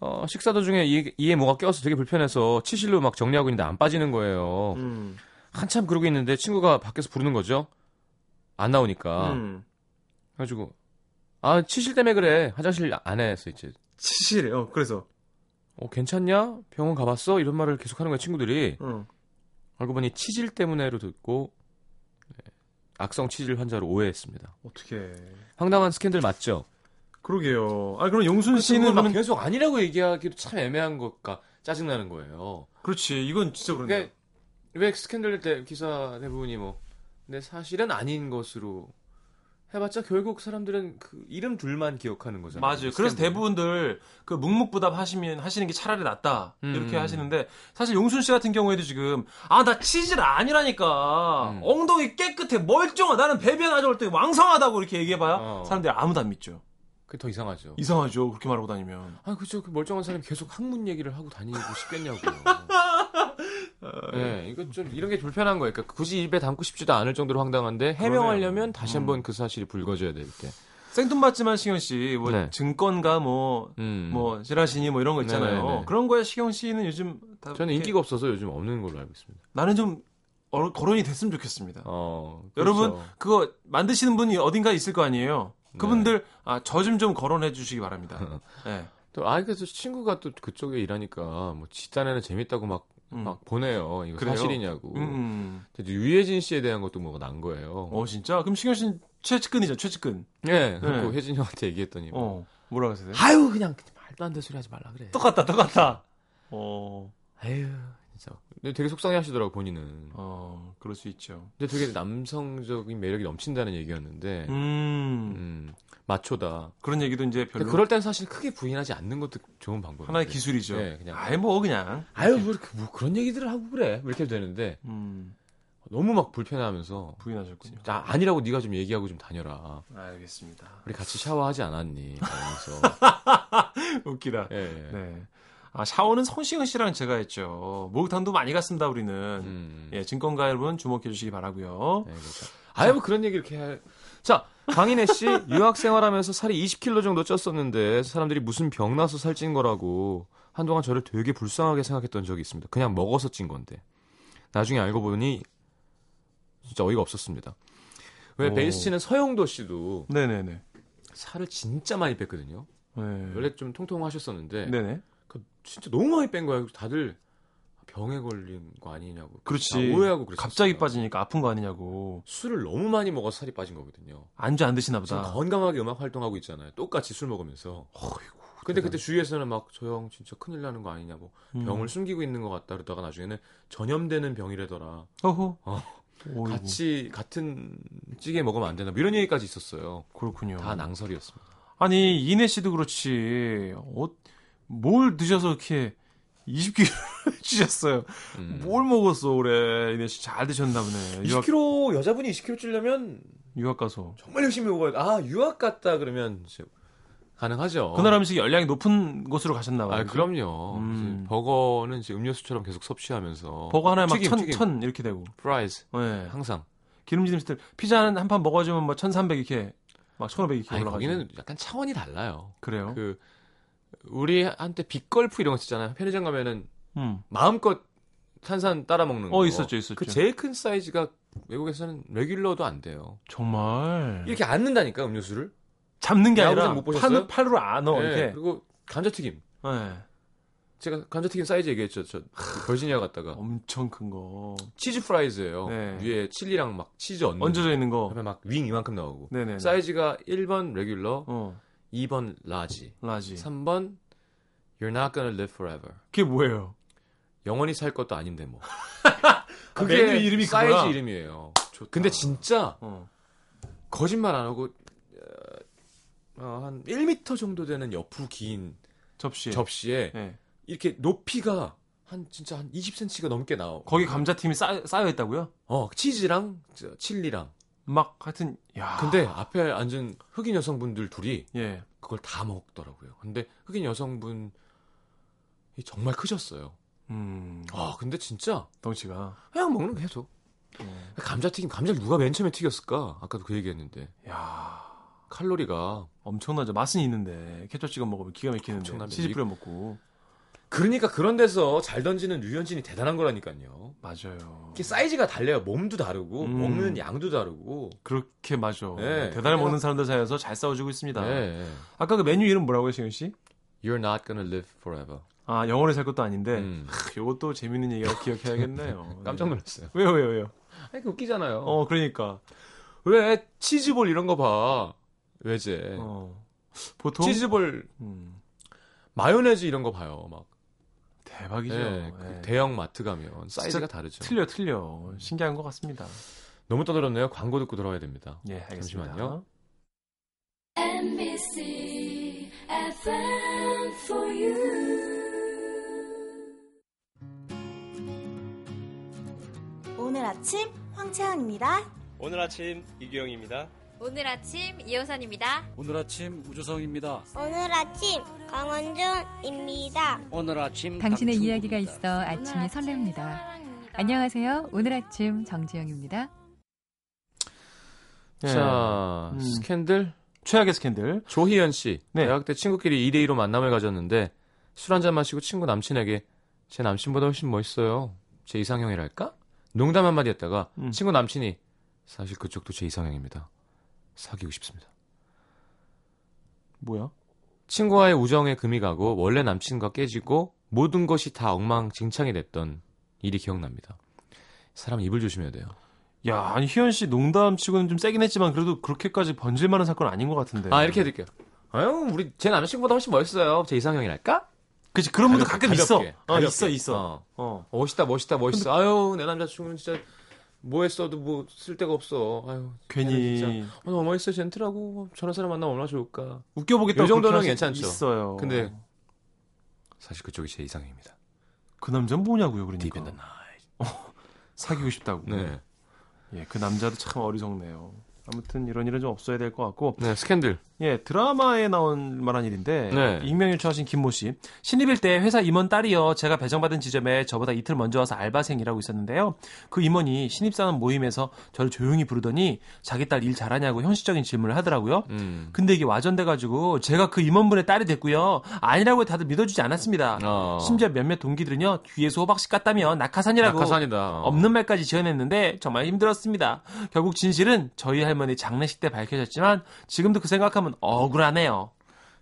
S1: 어, 식사 도중에 이, 이에 뭐가 껴서 되게 불편해서 치실로 막 정리하고 있는데 안 빠지는 거예요.
S2: 음.
S1: 한참 그러고 있는데 친구가 밖에서 부르는 거죠. 안 나오니까.
S2: 음.
S1: 그래가지고 아 치실 때문에 그래. 화장실 안에서 이제
S2: 치실해. 요 그래서.
S1: 어 괜찮냐? 병원 가봤어? 이런 말을 계속하는 거야 친구들이.
S2: 어.
S1: 알고 보니 치질 때문에로 듣고 네, 악성 치질 환자로 오해했습니다.
S2: 어떻게.
S1: 황당한 스캔들 맞죠?
S2: 그러게요. 아 그럼 용순 씨는
S1: 막
S2: 그러면
S1: 계속 아니라고 얘기하기도 참 애매한 것과 짜증나는 거예요.
S2: 그렇지 이건 진짜 그러네.
S1: 그러니까 왜 스캔들 때 기사 대부분이 뭐 근데 사실은 아닌 것으로 해봤자 결국 사람들은 그 이름 둘만 기억하는 거잖아요.
S2: 맞아요. 그래서
S1: 그러니까 스탠드는.
S2: 대부분들 그 묵묵부답 하시면 하시는 게 차라리 낫다
S1: 음.
S2: 이렇게 하시는데 사실 용순 씨 같은 경우에도 지금 아 나 치질 아니라니까
S1: 음.
S2: 엉덩이 깨끗해 멀쩡하 나는 배변 아주 올때 왕성하다고 이렇게 얘기해봐야
S1: 어.
S2: 사람들이 아무도 안 믿죠.
S1: 그게 더 이상하죠.
S2: 이상하죠. 그렇게 말하고 다니면.
S1: 아 그죠. 그 멀쩡한 사람이 계속 학문 얘기를 하고 다니고
S2: *laughs*
S1: 싶겠냐고요.
S2: 아, 예.
S1: 네, 이거 좀 이런 게 불편한 거예요. 그러니까 굳이 입에 담고 싶지도 않을 정도로 황당한데 해명하려면 다시
S2: 음.
S1: 한번 그 사실이 불거져야 될 때.
S2: 생뚱맞지만 시경 씨, 뭐
S1: 네.
S2: 증권가 뭐.
S1: 음.
S2: 뭐 지라시니 뭐 이런 거 있잖아요.
S1: 네네네.
S2: 그런 거에 시경 씨는 요즘 다
S1: 저는
S2: 이렇게
S1: 인기가 없어서 요즘 없는 걸로 알고 있습니다.
S2: 나는 좀 어로- 거론이 됐으면 좋겠습니다.
S1: 어,
S2: 여러분
S1: 그렇죠.
S2: 그거 만드시는 분이 어딘가 있을 거 아니에요.
S1: 네.
S2: 그분들 아, 저 좀 좀 거론해 주시기
S1: *laughs*
S2: 바랍니다. 예.
S1: 또 아이 그래서 친구가 또 그쪽에 일하니까 뭐 집단에는 재밌다고 막 막
S2: 음.
S1: 보내요. 이거
S2: 그래요?
S1: 사실이냐고.
S2: 음.
S1: 근데 유해진 씨에 대한 것도 뭐가 난 거예요.
S2: 어 진짜? 그럼 시경 씨는 최측근이죠, 최측근.
S1: 예, 그래서
S2: 네.
S1: 혜진 형한테 얘기했더니 뭐,
S2: 어. 뭐라고 하세요?
S1: 아유 그냥 말도 안 되는 소리 하지 말라 그래.
S2: 똑같다, 똑같다. *laughs* 어.
S1: 아유 진짜. 근데 되게 속상해하시더라고 본인은.
S2: 어, 그럴 수 있죠.
S1: 근데 되게 남성적인 매력이 넘친다는 얘기였는데, 음,
S2: 음.
S1: 마초다.
S2: 그런 얘기도 이제
S1: 근데
S2: 별로
S1: 그럴 땐 사실 크게 부인하지 않는 것도 좋은 방법.
S2: 하나의 기술이죠.
S1: 네, 그냥.
S2: 아예 뭐 그냥.
S1: 아유 뭐, 이렇게 뭐 그런 얘기들을 하고 그래 뭐 이렇게 해도 되는데
S2: 음.
S1: 너무 막 불편해하면서
S2: 부인하셨군요.
S1: 아, 아니라고 네가 좀 얘기하고 좀 다녀라.
S2: 알겠습니다. *laughs*
S1: 우리 같이 샤워하지 않았니? 그래서
S2: 웃기다.
S1: 예, 예.
S2: 네. 아, 샤워는 성시경 씨랑 제가 했죠. 목욕탕도 많이 갔습니다, 우리는.
S1: 음.
S2: 예, 증권가 여러분 주목해 주시기 바라고요.
S1: 네, 그렇죠. 아유 뭐 그런 얘기 이렇게 할. 자 강인혜
S2: *laughs*
S1: 씨 유학 생활하면서 살이 20kg 정도 쪘었는데 사람들이 무슨 병 나서 살찐 거라고 한동안 저를 되게 불쌍하게 생각했던 적이 있습니다. 그냥 먹어서 찐 건데 나중에 알고 보니 진짜 어이가 없었습니다. 왜
S2: 오.
S1: 베이스치는 서영도 씨도
S2: 네네네.
S1: 살을 진짜 많이 뺐거든요.
S2: 네.
S1: 원래 좀 통통하셨었는데
S2: 네네.
S1: 그 진짜 너무 많이 뺀 거예요. 다들 병에 걸린 거 아니냐고.
S2: 그렇지.
S1: 다 오해하고 그랬어요.
S2: 갑자기 빠지니까 아픈 거 아니냐고.
S1: 술을 너무 많이 먹어서 살이 빠진 거거든요.
S2: 안주 안 드시나
S1: 지금
S2: 보다.
S1: 건강하게 음악 활동하고 있잖아요. 똑같이 술 먹으면서. 근데 그때 주위에서는 막 저 형 진짜 큰일 나는 거 아니냐 고
S2: 음.
S1: 병을 숨기고 있는 것 같다 그러다가 나중에는 전염되는 병이라더라.
S2: 어허.
S1: 어.
S2: 오이구,
S1: 같이 같은 찌개 먹으면 안 된다. 뭐 이런 얘기까지 있었어요.
S2: 그렇군요.
S1: 다 낭설이었습니다.
S2: 아니, 이내 씨도 그렇지. 어, 뭘 드셔서 이렇게 *laughs* 20kg 찌셨어요.
S1: 음.
S2: 뭘 먹었어, 그래. 이내 씨 잘 드셨나 보네. 유학,
S1: 20kg 여자분이 20kg 찌려면
S2: 유학 가서.
S1: 정말 열심히 먹어야 돼. 아 유학 갔다 그러면 이제 가능하죠.
S2: 그 나라 음식이 열량이 높은 곳으로 가셨나 봐요.
S1: 어. 아 그럼요.
S2: 음.
S1: 이제 버거는 이제 음료수처럼 계속 섭취하면서
S2: 버거 하나에 막
S1: 어, 튀김,
S2: 천,
S1: 튀김. 네.
S2: 천 이렇게 되고.
S1: 프라이즈
S2: 예.
S1: 항상.
S2: 기름진 스타일. 피자 한 판 먹어주면 뭐 1300 이렇게, 막 1500 이렇게
S1: 아니
S2: 올라가죠.
S1: 거기는 약간 차원이 달라요.
S2: 그래요?
S1: 그 우리한테 빅걸프 이런 거 있잖아요. 편의점 가면은
S2: 음.
S1: 마음껏 탄산 따라 먹는 거.
S2: 어, 있었죠, 있었죠.
S1: 그 제일 큰 사이즈가 외국에서는 레귤러도 안 돼요.
S2: 정말.
S1: 이렇게 안 넣는다니까 음료수를.
S2: 잡는 게
S1: 야구장
S2: 아니라
S1: 못 보셨어요?
S2: 팔, 로안 넣어,
S1: 예,
S2: 이렇게.
S1: 그리고 감자튀김.
S2: 예. 제가
S1: 감자튀김 사이즈 얘기했죠. 저 그 버지니아 갔다가
S2: 엄청 큰 거.
S1: 치즈 프라이즈예요.
S2: 어. 네.
S1: 위에 칠리랑 막 치즈 얹는.
S2: 얹어져 있는 거.
S1: 그다음에 막 윙 이만큼 나오고.
S2: 네네.
S1: 사이즈가 1번 레귤러,
S2: 어,
S1: 2번 라지,
S2: 라지.
S1: 3번 You're not gonna live forever.
S2: 그게 뭐예요?
S1: 영원히 살 것도 아닌데 *laughs* 뭐.
S2: 아, 메뉴 이름이
S1: 그 사이즈
S2: 그거야?
S1: 이름이에요. 근데 진짜
S2: 어.
S1: 거짓말 안 하고 어, 어, 한 1m 정도 되는 옆으로 긴
S2: 접시.
S1: 접시에
S2: 예.
S1: 이렇게 높이가 한 진짜 한 20cm가 넘게 나와.
S2: 거기 감자팀이 쌓여, 쌓여 있다고요?
S1: 어 치즈랑 저, 칠리랑.
S2: 막 하여튼 야.
S1: 근데 앞에 앉은 흑인 여성분들 둘이
S2: 예.
S1: 그걸 다 먹더라고요. 근데 흑인 여성분이 정말 크셨어요.
S2: 음.
S1: 아 근데 진짜
S2: 덩치가.
S1: 그냥 먹는 거 계속.
S2: 어.
S1: 감자튀김 감자를 누가 맨 처음에 튀겼을까? 아까도 그 얘기했는데
S2: 야.
S1: 칼로리가
S2: 엄청나죠. 맛은 있는데 케첩 찍어 먹으면 기가 막히는데
S1: 엄청납니다.
S2: 치즈 뿌려 먹고
S1: 그러니까 그런 데서 잘 던지는 류현진이 대단한 거라니까요.
S2: 맞아요.
S1: 이게 사이즈가 달라요. 몸도 다르고
S2: 음.
S1: 먹는 양도 다르고.
S2: 그렇게 맞아. 네,
S1: 예.
S2: 대단히 먹는 사람들 사이에서 잘 싸워주고 있습니다.
S1: 네.
S2: 아까 그 메뉴 이름 뭐라고요, 시윤 씨?
S1: You're not gonna live forever.
S2: 아 영원히 살 것도 아닌데
S1: 음.
S2: 크, 요것도 재밌는 얘기가 기억해야겠네요.
S1: *laughs* 깜짝 놀랐어요.
S2: 왜요, 왜요, 왜요?
S1: 아니 그 웃기잖아요.
S2: 어, 그러니까.
S1: 왜 치즈볼 이런 거 봐. 외제.
S2: 어. 보통
S1: 네. 치즈볼
S2: 음,
S1: 마요네즈 이런 거 봐요. 막
S2: 대박이죠.
S1: 예, 그
S2: 예.
S1: 대형 마트 가면 사이즈가
S2: 진짜
S1: 다르죠.
S2: 틀려, 틀려. 신기한 것 같습니다.
S1: 너무 떠들었네요. 광고 듣고 돌아와야 됩니다.
S2: 예, 알겠습니다.
S1: 잠시만요.
S5: NBC FM for you.
S6: 오늘 아침 황채원입니다.
S7: 오늘 아침 이규영입니다.
S8: 오늘 아침 이호선입니다.
S9: 오늘 아침 우주성입니다.
S3: 오늘 아침 강원준입니다.
S9: 오늘 아침
S10: 당신의 이야기가 있어 아침이 설렙니다. 안녕하세요. 오늘 아침 정지영입니다.
S2: 예.
S1: 자,
S2: 음.
S1: 스캔들?
S2: 최악의 스캔들.
S1: 조희연 씨.
S2: 네.
S1: 대학 때 친구끼리 2대2로 만남을 가졌는데 술 한잔 마시고 친구 남친에게 제 남친보다 훨씬 멋있어요. 제 이상형이랄까? 농담 한마디 했다가
S2: 음.
S1: 친구 남친이 사실 그쪽도 제 이상형입니다. 사귀고 싶습니다.
S2: 뭐야?
S1: 친구와의 우정에 금이 가고 원래 남친과 깨지고 모든 것이 다 엉망진창이 됐던 일이 기억납니다. 사람 입을 조심해야 돼요.
S2: 야, 아니 희연 씨 농담 치고는 좀 세긴 했지만 그래도 그렇게까지 번질 만한 사건 은 아닌 것 같은데.
S1: 아 이렇게 해드릴게요. 아유 우리 제 남친보다 훨씬 멋있어요. 제 이상형이랄까?
S2: 그치 그런 분도
S1: 가볍게,
S2: 가끔 있어.
S1: 가볍게,
S2: 어,
S1: 가볍게.
S2: 있어
S1: 어.
S2: 있어. 어.
S1: 멋있다 멋있다 멋있어. 아유 내 남자친구는 진짜 뭐 했어도 뭐 쓸데가 없어. 아유
S2: 괜히
S1: 진짜. 어, 너무 멋있어 젠틀하고 저런 사람 만나면 얼마나 좋을까.
S2: 웃겨보겠다.
S1: 요 정도는
S2: 그렇게 할 수
S1: 괜찮죠.
S2: 있어요.
S1: 근데 사실 그쪽이 제 이상형입니다.
S2: 그 남자는 뭐냐고요,
S1: Deep in
S2: 그러니까.
S1: the night.
S2: 사귀고 싶다고.
S1: 네.
S2: 예, 그 남자도 참 어리석네요. 아무튼 이런 일은 좀 없어야 될 것 같고
S1: 네 스캔들.
S2: 예 드라마에 나온 만한 일인데
S1: 네.
S2: 익명 요청하신 김모 씨 신입일 때 회사 임원 딸이요 제가 배정받은 지점에 저보다 이틀 먼저 와서 알바생이라고 있었는데요 그 임원이 신입사원 모임에서 저를 조용히 부르더니 자기 딸 일 잘하냐고 형식적인 질문을 하더라고요
S1: 음.
S2: 근데 이게 와전돼가지고 제가 그 임원분의 딸이 됐고요 아니라고 다들 믿어주지 않았습니다
S1: 어.
S2: 심지어 몇몇 동기들은요 뒤에서 호박씨 깠다며 낙하산이라고
S1: 낙하산이다.
S2: 어.
S1: 어.
S2: 없는 말까지 지어냈는데 정말 힘들었습니다. 결국 진실은 저희 할머니 장례식 때 밝혀졌지만 지금도 그 생각하면 억울하네요.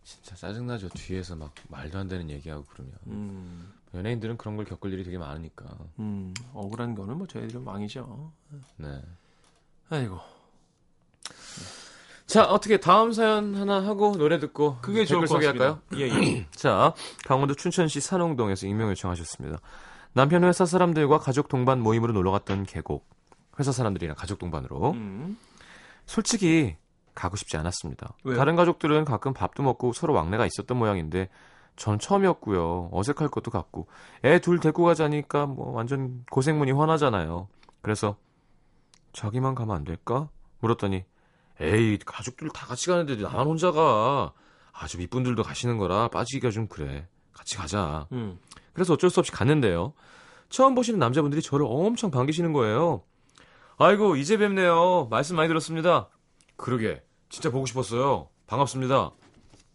S1: 진짜 짜증나죠. 뒤에서 막 말도 안 되는 얘기하고 그러면. 연예인들은 그런 걸 겪을 일이 되게 많으니까.
S2: 음, 억울한 거는 뭐 저희들은 왕이죠.
S1: 네.
S2: 아이고.
S1: 자, 어떻게 다음 사연 하나 하고 노래 듣고
S2: 그게 좋을
S1: 댓글
S2: 것
S1: 소개할까요?
S2: 같습니다. 예, 예.
S1: 자, 강원도 춘천시 산홍동에서 익명 요청하셨습니다. 남편 회사 사람들과 가족 동반 모임으로 놀러 갔던 계곡. 회사 사람들이랑 가족 동반으로.
S2: 음.
S1: 솔직히 가고 싶지 않았습니다.
S2: 왜요?
S1: 다른 가족들은 가끔 밥도 먹고 서로 왕래가 있었던 모양인데 전 처음이었고요. 어색할 것도 같고 애 둘 데리고 가자니까 뭐 완전 고생문이 화나잖아요. 그래서 자기만 가면 안 될까? 물었더니 에이 가족들 다 같이 가는데 나만 혼자 가. 아주 윗분들도 가시는 거라 빠지기가 좀 그래. 같이 가자.
S2: 음.
S1: 그래서 어쩔 수 없이 갔는데요. 처음 보시는 남자분들이 저를 엄청 반기시는 거예요. 아이고, 이제 뵙네요. 말씀 많이 들었습니다. 그러게, 진짜 보고 싶었어요. 반갑습니다.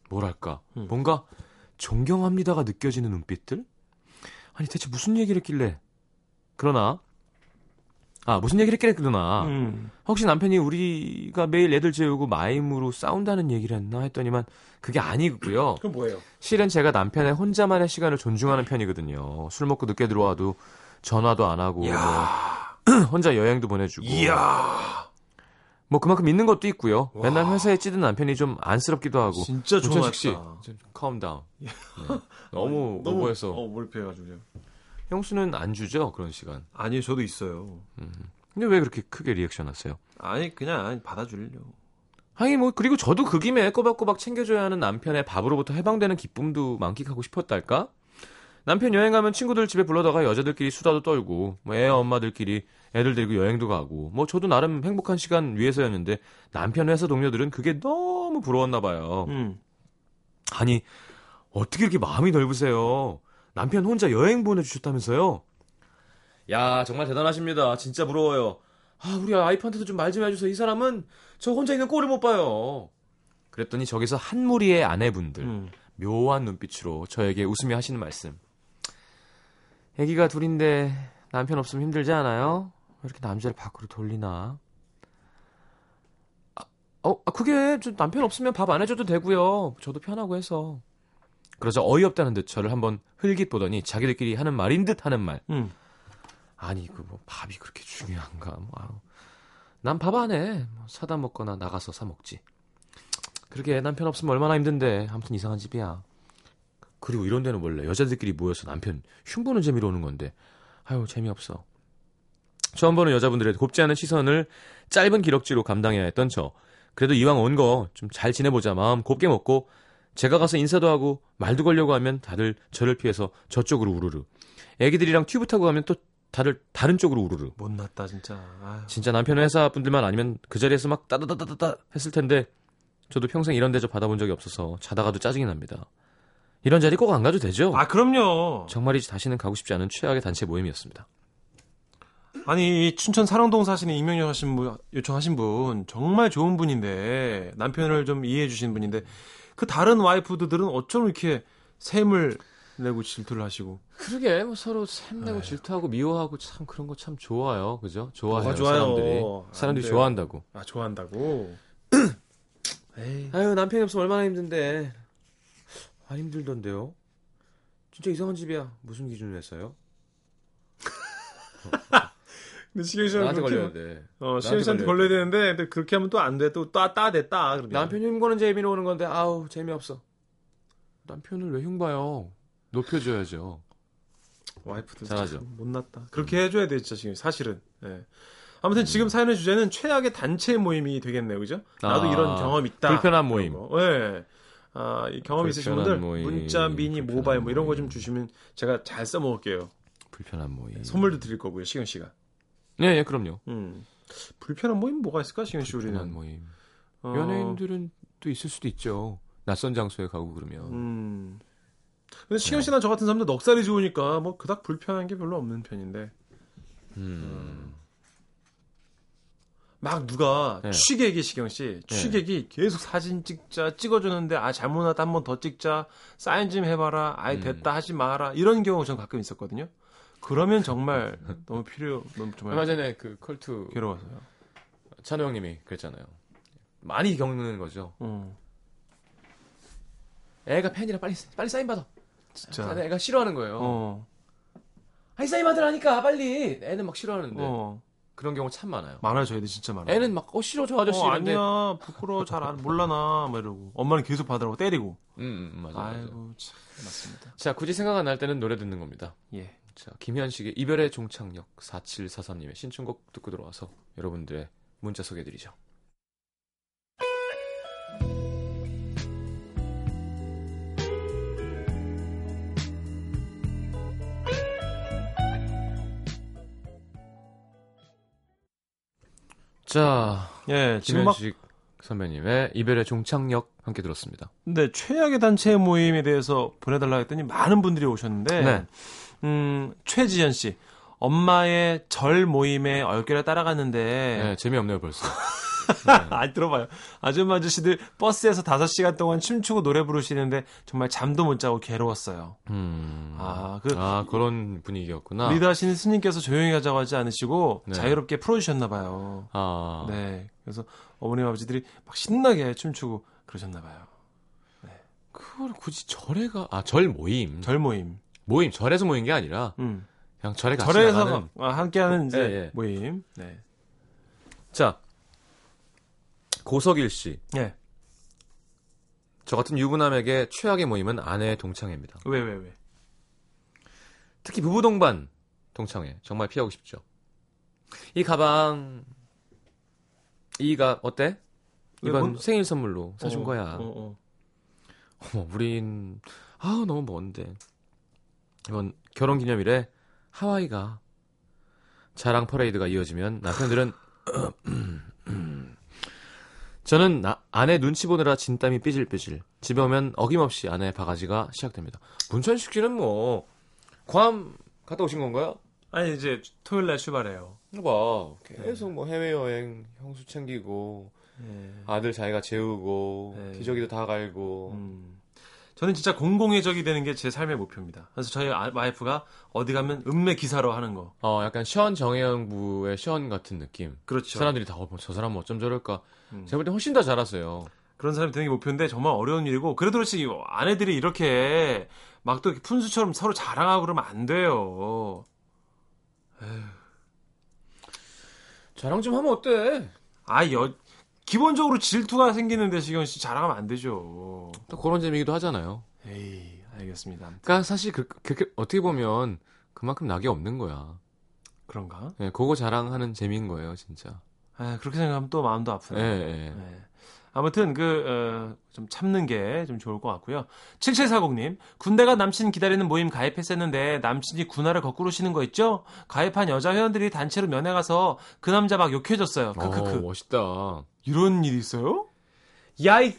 S1: 뭐랄까,
S2: 음.
S1: 뭔가 존경합니다가 느껴지는 눈빛들? 아니, 대체 무슨 얘기를 했길래? 그러나, 아, 무슨 얘기를 했길래 그러나,
S2: 음.
S1: 혹시 남편이 우리가 매일 애들 재우고 마임으로 싸운다는 얘기를 했나 했더니만, 그게 아니고요.
S2: 그럼 뭐예요?
S1: 실은 제가 남편의 혼자만의 시간을 존중하는 편이거든요. 술 먹고 늦게 들어와도 전화도 안 하고 뭐 *clears throat* 혼자 여행도 보내주고
S2: 이야.
S1: 뭐 그만큼 있는 것도 있고요. 맨날 회사에 찌든 남편이 좀 안쓰럽기도 하고
S2: 진짜
S1: 문천식 씨,
S2: 좋아했다. 예.
S1: 컴 다운.
S2: *laughs*
S1: 너무 오버해서
S2: 어, 몰입해가지고요.
S1: 형수는 안 주죠 그런 시간.
S2: 아니요, 저도 있어요.
S1: 근데 왜 그렇게 크게 리액션 하세요?
S2: 아니, 그냥 받아주려고.
S1: 하긴 뭐 그리고 저도 그 김에 꼬박꼬박 챙겨줘야 하는 남편의 밥으로부터 해방되는 기쁨도 만끽하고 싶었달까? 남편 여행 가면 친구들 집에 불러다가 여자들끼리 수다도 떨고 뭐 애 엄마들끼리 애들 데리고 여행도 가고 뭐 저도 나름 행복한 시간 위해서였는데 남편 회사 동료들은 그게 너무 부러웠나 봐요.
S2: 음.
S1: 아니 어떻게 이렇게 마음이 넓으세요? 남편 혼자 여행 보내주셨다면서요? 야 정말 대단하십니다. 진짜 부러워요. 아 우리 아이프한테도 좀 말 좀 해주세요. 이 사람은 저 혼자 있는 꼴을 못 봐요. 그랬더니 저기서 한 무리의 아내분들
S2: 음.
S1: 묘한 눈빛으로 저에게 웃으며 하시는 말씀. 애기가 둘인데 남편 없으면 힘들지 않아요? 왜 이렇게 남자를 밖으로 돌리나? 아, 어, 아, 그게 저 남편 없으면 밥 안 해줘도 되고요. 저도 편하고 해서. 그러자 어이없다는 듯 저를 한번 흘깃 보더니 자기들끼리 하는 말인 듯 하는 말.
S2: 음.
S1: 아니 그 뭐 밥이 그렇게 중요한가? 뭐, 아우. 난밥 안 해. 뭐 사다 먹거나 나가서 사 먹지. 그러게 남편 없으면 얼마나 힘든데. 아무튼 이상한 집이야. 그리고 이런 데는 원래 여자들끼리 모여서 남편 흉보는 재미로 오는 건데. 아유 재미없어. 처음 보는 여자분들의 곱지 않은 시선을 짧은 기럭지로 감당해야 했던 저. 그래도 이왕 온 거 좀 잘 지내보자 마음 곱게 먹고 제가 가서 인사도 하고 말도 걸려고 하면 다들 저를 피해서 저쪽으로 우르르. 애기들이랑 튜브 타고 가면 또 다들 다른 쪽으로 우르르.
S2: 못났다 진짜. 아휴.
S1: 진짜 남편 회사 분들만 아니면 그 자리에서 막 따다다다다다 했을 텐데 저도 평생 이런 대접 받아본 적이 없어서 자다가도 짜증이 납니다. 이런 자리 꼭 안 가도 되죠?
S2: 아 그럼요.
S1: 정말이지 다시는 가고 싶지 않은 최악의 단체 모임이었습니다.
S2: 아니 이 춘천 사랑동 사시는 임명요 하신 분 요청하신 분 정말 좋은 분인데 남편을 좀 이해해 주신 분인데 그 다른 와이프들은 어쩜 이렇게 샘을 내고 질투를 하시고
S1: 그러게 뭐 서로 샘내고 질투하고 미워하고 참 그런 거 참 좋아요, 그죠? 좋아해요
S2: 뭐가 좋아요?
S1: 사람들이
S2: 안
S1: 사람들이
S2: 돼요.
S1: 좋아한다고.
S2: 아 좋아한다고. *clears throat* 에이.
S1: 아유 남편이 없으면 얼마나 힘든데 안 힘들던데요? 진짜 이상한 집이야. 무슨 기준으로 했어요?
S2: 근데 시경 씨는
S1: 나한테 네.
S2: 그렇게
S1: 걸려야 돼.
S2: 어
S1: 나한테
S2: 시경 씨한테
S1: 걸려야
S2: 걸려야 되는데 근데 그렇게 하면 또 안 돼. 또따따 됐다. 그러면.
S1: 남편이 흉보는 재미로 오는 건데 아우 재미없어. 남편을 왜 흉봐요? 높여줘야죠.
S2: 와이프들
S1: 잘하죠. 음.
S2: 참 못났다. 그렇게 해줘야 돼 진짜 지금 사실은. 예. 아무튼 지금 사연의 주제는 최악의 단체 모임이 되겠네요, 그죠? 나도
S1: 아,
S2: 이런 경험 있다.
S1: 불편한
S2: 이런
S1: 모임.
S2: 거. 예. 아, 이 경험 있으신
S1: 불편한
S2: 분들
S1: 모임,
S2: 문자, 미니,
S1: 불편한
S2: 모바일 뭐 이런 거
S1: 모임. 네.
S2: 좀 주시면 제가 잘 써먹을게요.
S1: 불편한 모임.
S2: 선물도 드릴 거고요, 시경 씨가.
S1: 예, 예, 그럼요.
S2: 음. 불편한 모임 뭐가 있을까, 시경 씨
S1: 불편한
S2: 우리는?
S1: 모임.
S2: 어,
S1: 연예인들은 또 있을 수도 있죠. 낯선 장소에 가고 그러면.
S2: 음. 근데 시경 씨나 저 같은 사람들 넉살이 좋으니까 뭐 그닥 불편한 게 별로 없는 편인데.
S1: 음.
S2: 막 누가
S1: 네.
S2: 취객이 시경 씨
S1: 예.
S2: 취객이 계속 사진 찍자 찍어주는데 아 잘못 났다 한 번 더 찍자 사인 좀 해봐라 아이
S1: 음.
S2: 됐다 하지 마라 이런 경우 전 가끔 있었거든요 그러면 정말 너무 필요 너무
S1: 얼마
S2: 정말
S1: 전에 그 컬투
S2: 괴로워서요
S1: 찬호 형님이 그랬잖아요. 많이 겪는 거죠.
S2: 음,
S1: 애가 팬이라 빨리 빨리 사인 받아.
S2: 진짜
S1: 애가 싫어하는 거예요.
S2: 어어
S1: 아니 사인 받으라니까 빨리. 애는 막 싫어하는데 그런 경우 참 많아요.
S2: 많아요 저희들 진짜 많아요
S1: 애는 막 어 싫어 저 아저씨
S2: 어,
S1: 이런데.
S2: 아니야 부끄러워 잘 안 몰라 나막 이러고 엄마는 계속 받으라고 때리고
S1: 음, 음 맞아. 맞아.
S2: 아이고 참 맞습니다
S1: 자 굳이 생각 안 날 때는 노래 듣는 겁니다.
S2: 예
S1: 자 김현식의 이별의 종착역 4743님의 신청곡 듣고 들어와서 여러분들의 문자 소개드리죠. 자
S2: 예, 지금 막
S1: 김현식 선배님의 이별의 종착역 함께 들었습니다.
S2: 근데 네, 최악의 단체 모임에 대해서 보내달라 했더니 많은 분들이 오셨는데
S1: 네.
S2: 음, 최지연 씨 엄마의 절 모임에 얼결에
S1: 네,
S2: 따라갔는데
S1: 재미없네요 벌써.
S2: *laughs* 아 들어봐요 아줌마 아저씨들 버스에서 5시간 동안 춤추고 노래 부르시는데 정말 잠도 못 자고 괴로웠어요
S1: 음.
S2: 아, 그-
S1: 아, 그런 분위기였구나.
S2: 리더 하시는 스님께서 조용히 하자고 하지 않으시고
S1: 아. 네.
S2: 자유롭게 풀어주셨나 봐요
S1: 아,
S2: 네 그래서 어머님 아버지들이 막 신나게 춤추고 그러셨나 봐요
S1: 그걸 굳이 절에가 아 절 모임
S2: 절 모임
S1: 모임 절에서 모인 게 아니라
S2: 음.
S1: 그냥 절에 네, 같이
S2: 절에서
S1: 나가는
S2: 가- 아, 함께하는 이제
S1: 예, 예.
S2: 모임 네.
S1: 자 고석일 씨 저
S2: 예.
S1: 같은 유부남에게 최악의 모임은 아내의 동창회입니다.
S2: 왜, 왜, 왜?
S1: 특히 부부 동반 동창회 정말 피하고 싶죠. 이 가방 이가 어때?
S2: 왜,
S1: 이번
S2: 뭔-
S1: 생일 선물로 사준
S2: 어,
S1: 거야.
S2: 어, 어.
S1: 어머, 우린 아 너무 먼데 이번 결혼 기념일에 하와이가 자랑 퍼레이드가 이어지면 남편들은 저는 나- 아내 눈치 보느라 진땀이 삐질삐질 집에 오면 어김없이 아내의 바가지가 시작됩니다. 문천식 씨는 뭐 괌 갔다 오신 건가요?
S2: 아니, 이제 토요일 날 출발해요.
S1: 봐 계속 뭐 해외 여행 형수 챙기고 아들 자기가 재우고
S2: 네.
S1: 기저귀도 다 갈고
S2: 음. 저는 진짜 공공의적이 되는 게 제 삶의 목표입니다. 그래서 저희 아- 와이프가 어디 가면 음매 기사로 하는 거.
S1: 어 약간 션 정혜영 부의 션 같은 느낌.
S2: 그렇죠.
S1: 사람들이 다, 어, 저 사람은 어쩜 저럴까.
S2: 음.
S1: 제가 볼 때 훨씬 더 잘하세요.
S2: 그런 사람이 되는 게 목표인데 정말 어려운 일이고 그래도 그렇지 뭐 아내들이 이렇게 막 또 푼수처럼 서로 자랑하고 그러면 안 돼요.
S1: 자랑 좀 하면 어때?
S2: 아, 여, 기본적으로 질투가 생기는데 시경 씨 자랑하면 안 되죠.
S1: 또 그런 재미기도 하잖아요.
S2: 에이, 알겠습니다.
S1: 그러니까 사실 그, 그렇게 어떻게 보면 그만큼 낙이 없는 거야.
S2: 그런가?
S1: 예, 그거 자랑하는 재미인 거예요, 진짜.
S2: 아, 그렇게 생각하면 또 마음도
S1: 예,
S2: 아프네.
S1: 예.
S2: 네. 아무튼 그, 어, 좀 참는 게 좀 좋을 것 같고요. 7740님, 군대가 남친 기다리는 모임 가입했었는데 남친이 군화를 거꾸로 신은 거 있죠? 가입한 여자 회원들이 단체로 면회 가서 그 남자 막 욕해줬어요.
S1: 어,
S2: 크크크.
S1: 멋있다.
S2: 이런 일이 있어요?
S1: 야이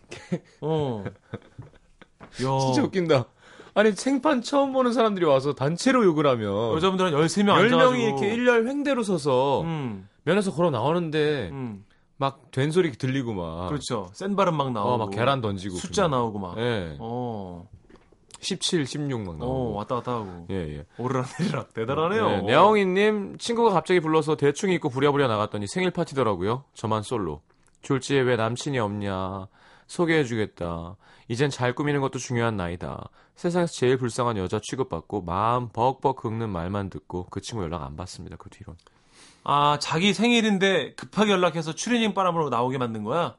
S2: *laughs* 어. 야,
S1: 진짜 웃긴다. 아니 생판 처음 보는 사람들이 와서 단체로 욕을 하면
S2: 여자분들은 13명
S1: 10명이
S2: 앉아가지고.
S1: 이렇게 일렬 횡대로 서서
S2: 음,
S1: 면에서 걸어 나오는데
S2: 음.
S1: 막 된소리 들리고 막
S2: 그렇죠. 센 발음 막 나오고.
S1: 네. 아. 어, 막 계란 던지고
S2: 숫자
S1: 그냥.
S2: 나오고 막.
S1: 예.
S2: 어.
S1: 17, 16막
S2: 어,
S1: 나오고.
S2: 왔다 갔다 하고.
S1: 예, 예.
S2: 오르락내리락 대단하네요.
S1: 네, 냐옹이님 친구가 갑자기 불러서 대충 입고 부랴부랴 나갔더니 생일 파티더라고요. 저만 솔로. 졸지에 왜 남친이 없냐. 소개해주겠다. 이젠 잘 꾸미는 것도 중요한 나이다. 세상에서 제일 불쌍한 여자 취급받고 마음 벅벅 긁는 말만 듣고 그 친구 연락 안 받습니다. 그 뒤로.
S2: 아, 자기 생일인데 급하게 연락해서 추리닝 바람으로 나오게 만든 거야?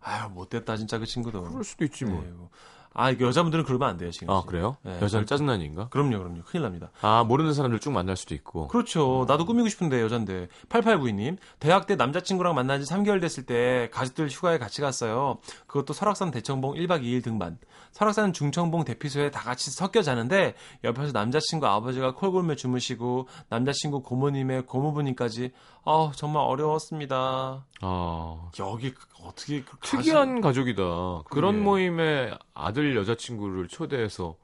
S2: 아유, 못됐다, 진짜 그 친구도.
S1: 그럴 수도 있지 뭐.
S2: 아이고. 아, 이거 여자분들은 그러면 안 돼요, 지금.
S1: 아 그래요?
S2: 네.
S1: 여자를 짜증나는 인가?
S2: 그럼요, 그럼요. 큰일 납니다.
S1: 아 모르는 사람들 쭉 만날 수도 있고.
S2: 그렇죠. 나도 꾸미고 싶은데, 여잔데. 8892님, 대학 때 남자친구랑 만난 지 3개월 됐을 때 가족들 휴가에 같이 갔어요. 그것도 설악산 대청봉 1박 2일 등반. 설악산 중청봉 대피소에 다 같이 섞여 자는데, 옆에서 남자친구 아버지가 콜골며 주무시고, 남자친구 고모님의 고모부님까지, 아 정말 어려웠습니다.
S1: 아
S2: 여기 어떻게 그 가시-
S1: 특이한 가족이다. 그런
S2: 그러게.
S1: 모임에 아들 여자친구를 초대해서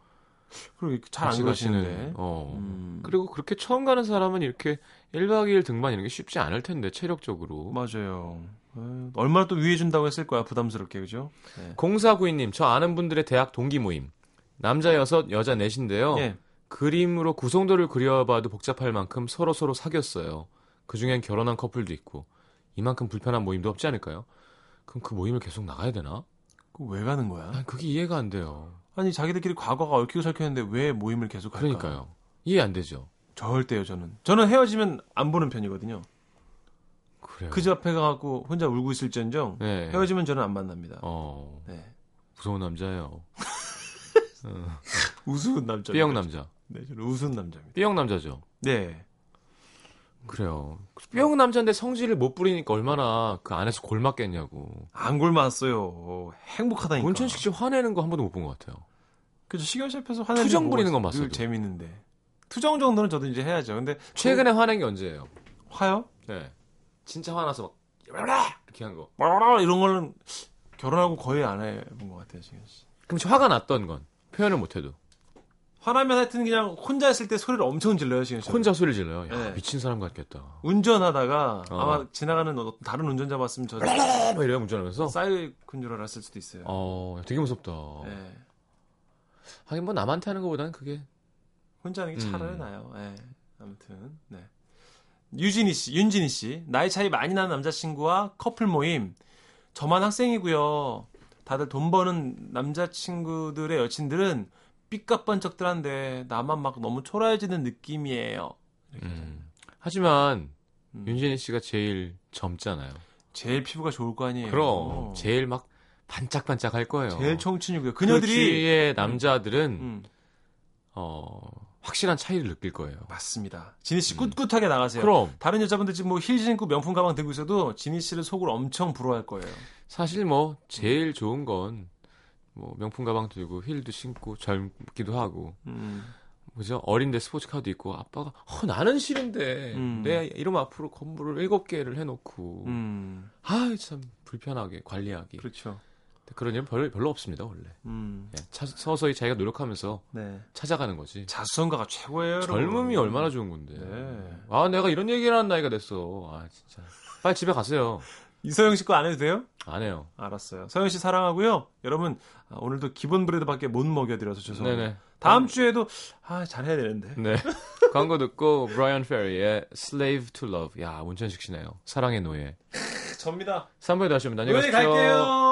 S2: 그리고 잘안
S1: 같이
S2: 가시는데.
S1: 가시는. 어.
S2: 음,
S1: 그리고 그렇게 처음 가는 사람은 이렇게 1박 2일 등반 이런 게 쉽지 않을 텐데 체력적으로.
S2: 맞아요. 에이, 얼마나 또 위해 준다고 했을 거야 부담스럽게 그죠? 네.
S1: 공사구이님 저 아는 분들의 대학 동기 모임 남자 여섯 여자 넷인데요.
S2: 예.
S1: 그림으로 구성도를 그려봐도 복잡할 만큼 서로 서로 사귀었어요. 그 중엔 결혼한 커플도 있고 이만큼 불편한 모임도 없지 않을까요? 그럼 그 모임을 계속 나가야 되나?
S2: 그왜 가는 거야?
S1: 난 그게 이해가 안 돼요.
S2: 아. 아니 자기들끼리 과거가 얽히고 설켰는데 왜 모임을 계속 할까?
S1: 그러니까요. 이해 안 되죠.
S2: 절대요 저는. 저는 헤어지면 안 보는 편이거든요.
S1: 그래요.
S2: 그 집 앞에 가갖고 혼자 울고 있을지언정
S1: 네.
S2: 헤어지면 저는 안 만납니다.
S1: 어
S2: 네.
S1: 무서운 남자예요.
S2: 우스운 남자.
S1: B형 남자.
S2: 네, 저는 우스운 남자입니다.
S1: B형 남자죠.
S2: 네.
S1: 그래요.
S2: 뭐
S1: B형 남자인데 성질을 못 부리니까 얼마나 그 안에서 골맞겠냐고.
S2: 안 골맞았어요. 행복하다니까.
S1: 문천식 씨 화내는 거 한 번도 못 본 것 같아요.
S2: 그죠 식욕 셰프에서 화내는
S1: 투정
S2: 거
S1: 부리는
S2: 뭐가
S1: 건
S2: 있어요? 늘
S1: 봤어도.
S2: 재밌는데 투정 정도는 저도 이제 해야죠 근데
S1: 최근에 화낸 게 언제예요?
S2: 그 화요
S1: 네. 진짜 화나서 막 이렇게 한 거.
S2: 뭐라 이런 거는 결혼하고 거의 안 해본 것 같아요 지금
S1: 그럼 화가 났던 건 표현을 못해도
S2: 화나면 하여튼 그냥 혼자 있을 때 소리를 엄청 질러요 지금 저는.
S1: 혼자 소리 질러요. 야,
S2: 네.
S1: 미친 사람 같겠다.
S2: 운전하다가
S1: 어.
S2: 아마 지나가는 어떤 다른 운전자 봤으면 저
S1: 막 이래요 운전하면서.
S2: 사이큰 줄 알았을 수도 있어요
S1: 어, 되게 무섭다.
S2: 예.
S1: 하긴 뭐 남한테 하는 것보다는 그게
S2: 혼자 하는 게 차라리
S1: 음.
S2: 나요 예. 아무튼 네 유진이 씨 윤진이 씨 나이 차이 많이 나는 남자친구와 커플 모임 저만 학생이고요. 다들 돈 버는 남자친구들의 여친들은 삐까뻔쩍들한데 나만 막 너무 초라해지는 느낌이에요. 이렇게 하잖아요.
S1: 음. 하지만
S2: 음.
S1: 윤진희 씨가 제일 젊잖아요.
S2: 제일 피부가 좋을 거 아니에요.
S1: 그럼
S2: 어.
S1: 제일 막 반짝반짝 할 거예요.
S2: 제일 청춘이고요.
S1: 그
S2: 그녀들이
S1: 주위의 남자들은
S2: 음,
S1: 어, 확실한 차이를 느낄 거예요.
S2: 맞습니다. 진희 씨 꿋꿋하게 나가세요.
S1: 음. 그럼
S2: 다른 여자분들 지금 뭐힐 신고 명품 가방 들고 있어도 진희 씨를 속으로 엄청 부러워할 거예요.
S1: 사실 뭐 제일 좋은 건 뭐 명품 가방 들고 힐도 신고 젊기도 하고
S2: 음.
S1: 그죠? 어린데 스포츠카도 있고 아빠가 어, 나는 싫은데
S2: 음.
S1: 내 이름 앞으로 건물을 일곱 개를 해놓고
S2: 음,
S1: 아 참 불편하게 관리하기
S2: 그렇죠.
S1: 근데 그런 일 별로 별로 없습니다 원래
S2: 음,
S1: 예, 차- 서서히 자기가 노력하면서
S2: 네.
S1: 찾아가는 거지
S2: 자수성가가 최고예요. 여러분.
S1: 젊음이 얼마나 좋은 건데
S2: 네.
S1: 아 내가 이런 얘기를 하는 나이가 됐어 아 진짜 빨리 집에 가세요
S2: 이서영 씨 거 안 해도 돼요?
S1: 안 해요
S2: 알았어요. 서영 씨 사랑하고요. 여러분 아, 오늘도 기본 브레드밖에 못 먹여드려서 죄송해요.
S1: 네네
S2: 다음 주에도 아 잘해야 되는데.
S1: 네. 광고 듣고 브라이언 페리의 Slave to Love. 야, 문천식 씨네요. 사랑의 노예.
S2: *laughs* 접니다.
S1: 3부에 다시 오면 안녕히
S2: 노래
S1: 가십시오.
S2: 갈게요.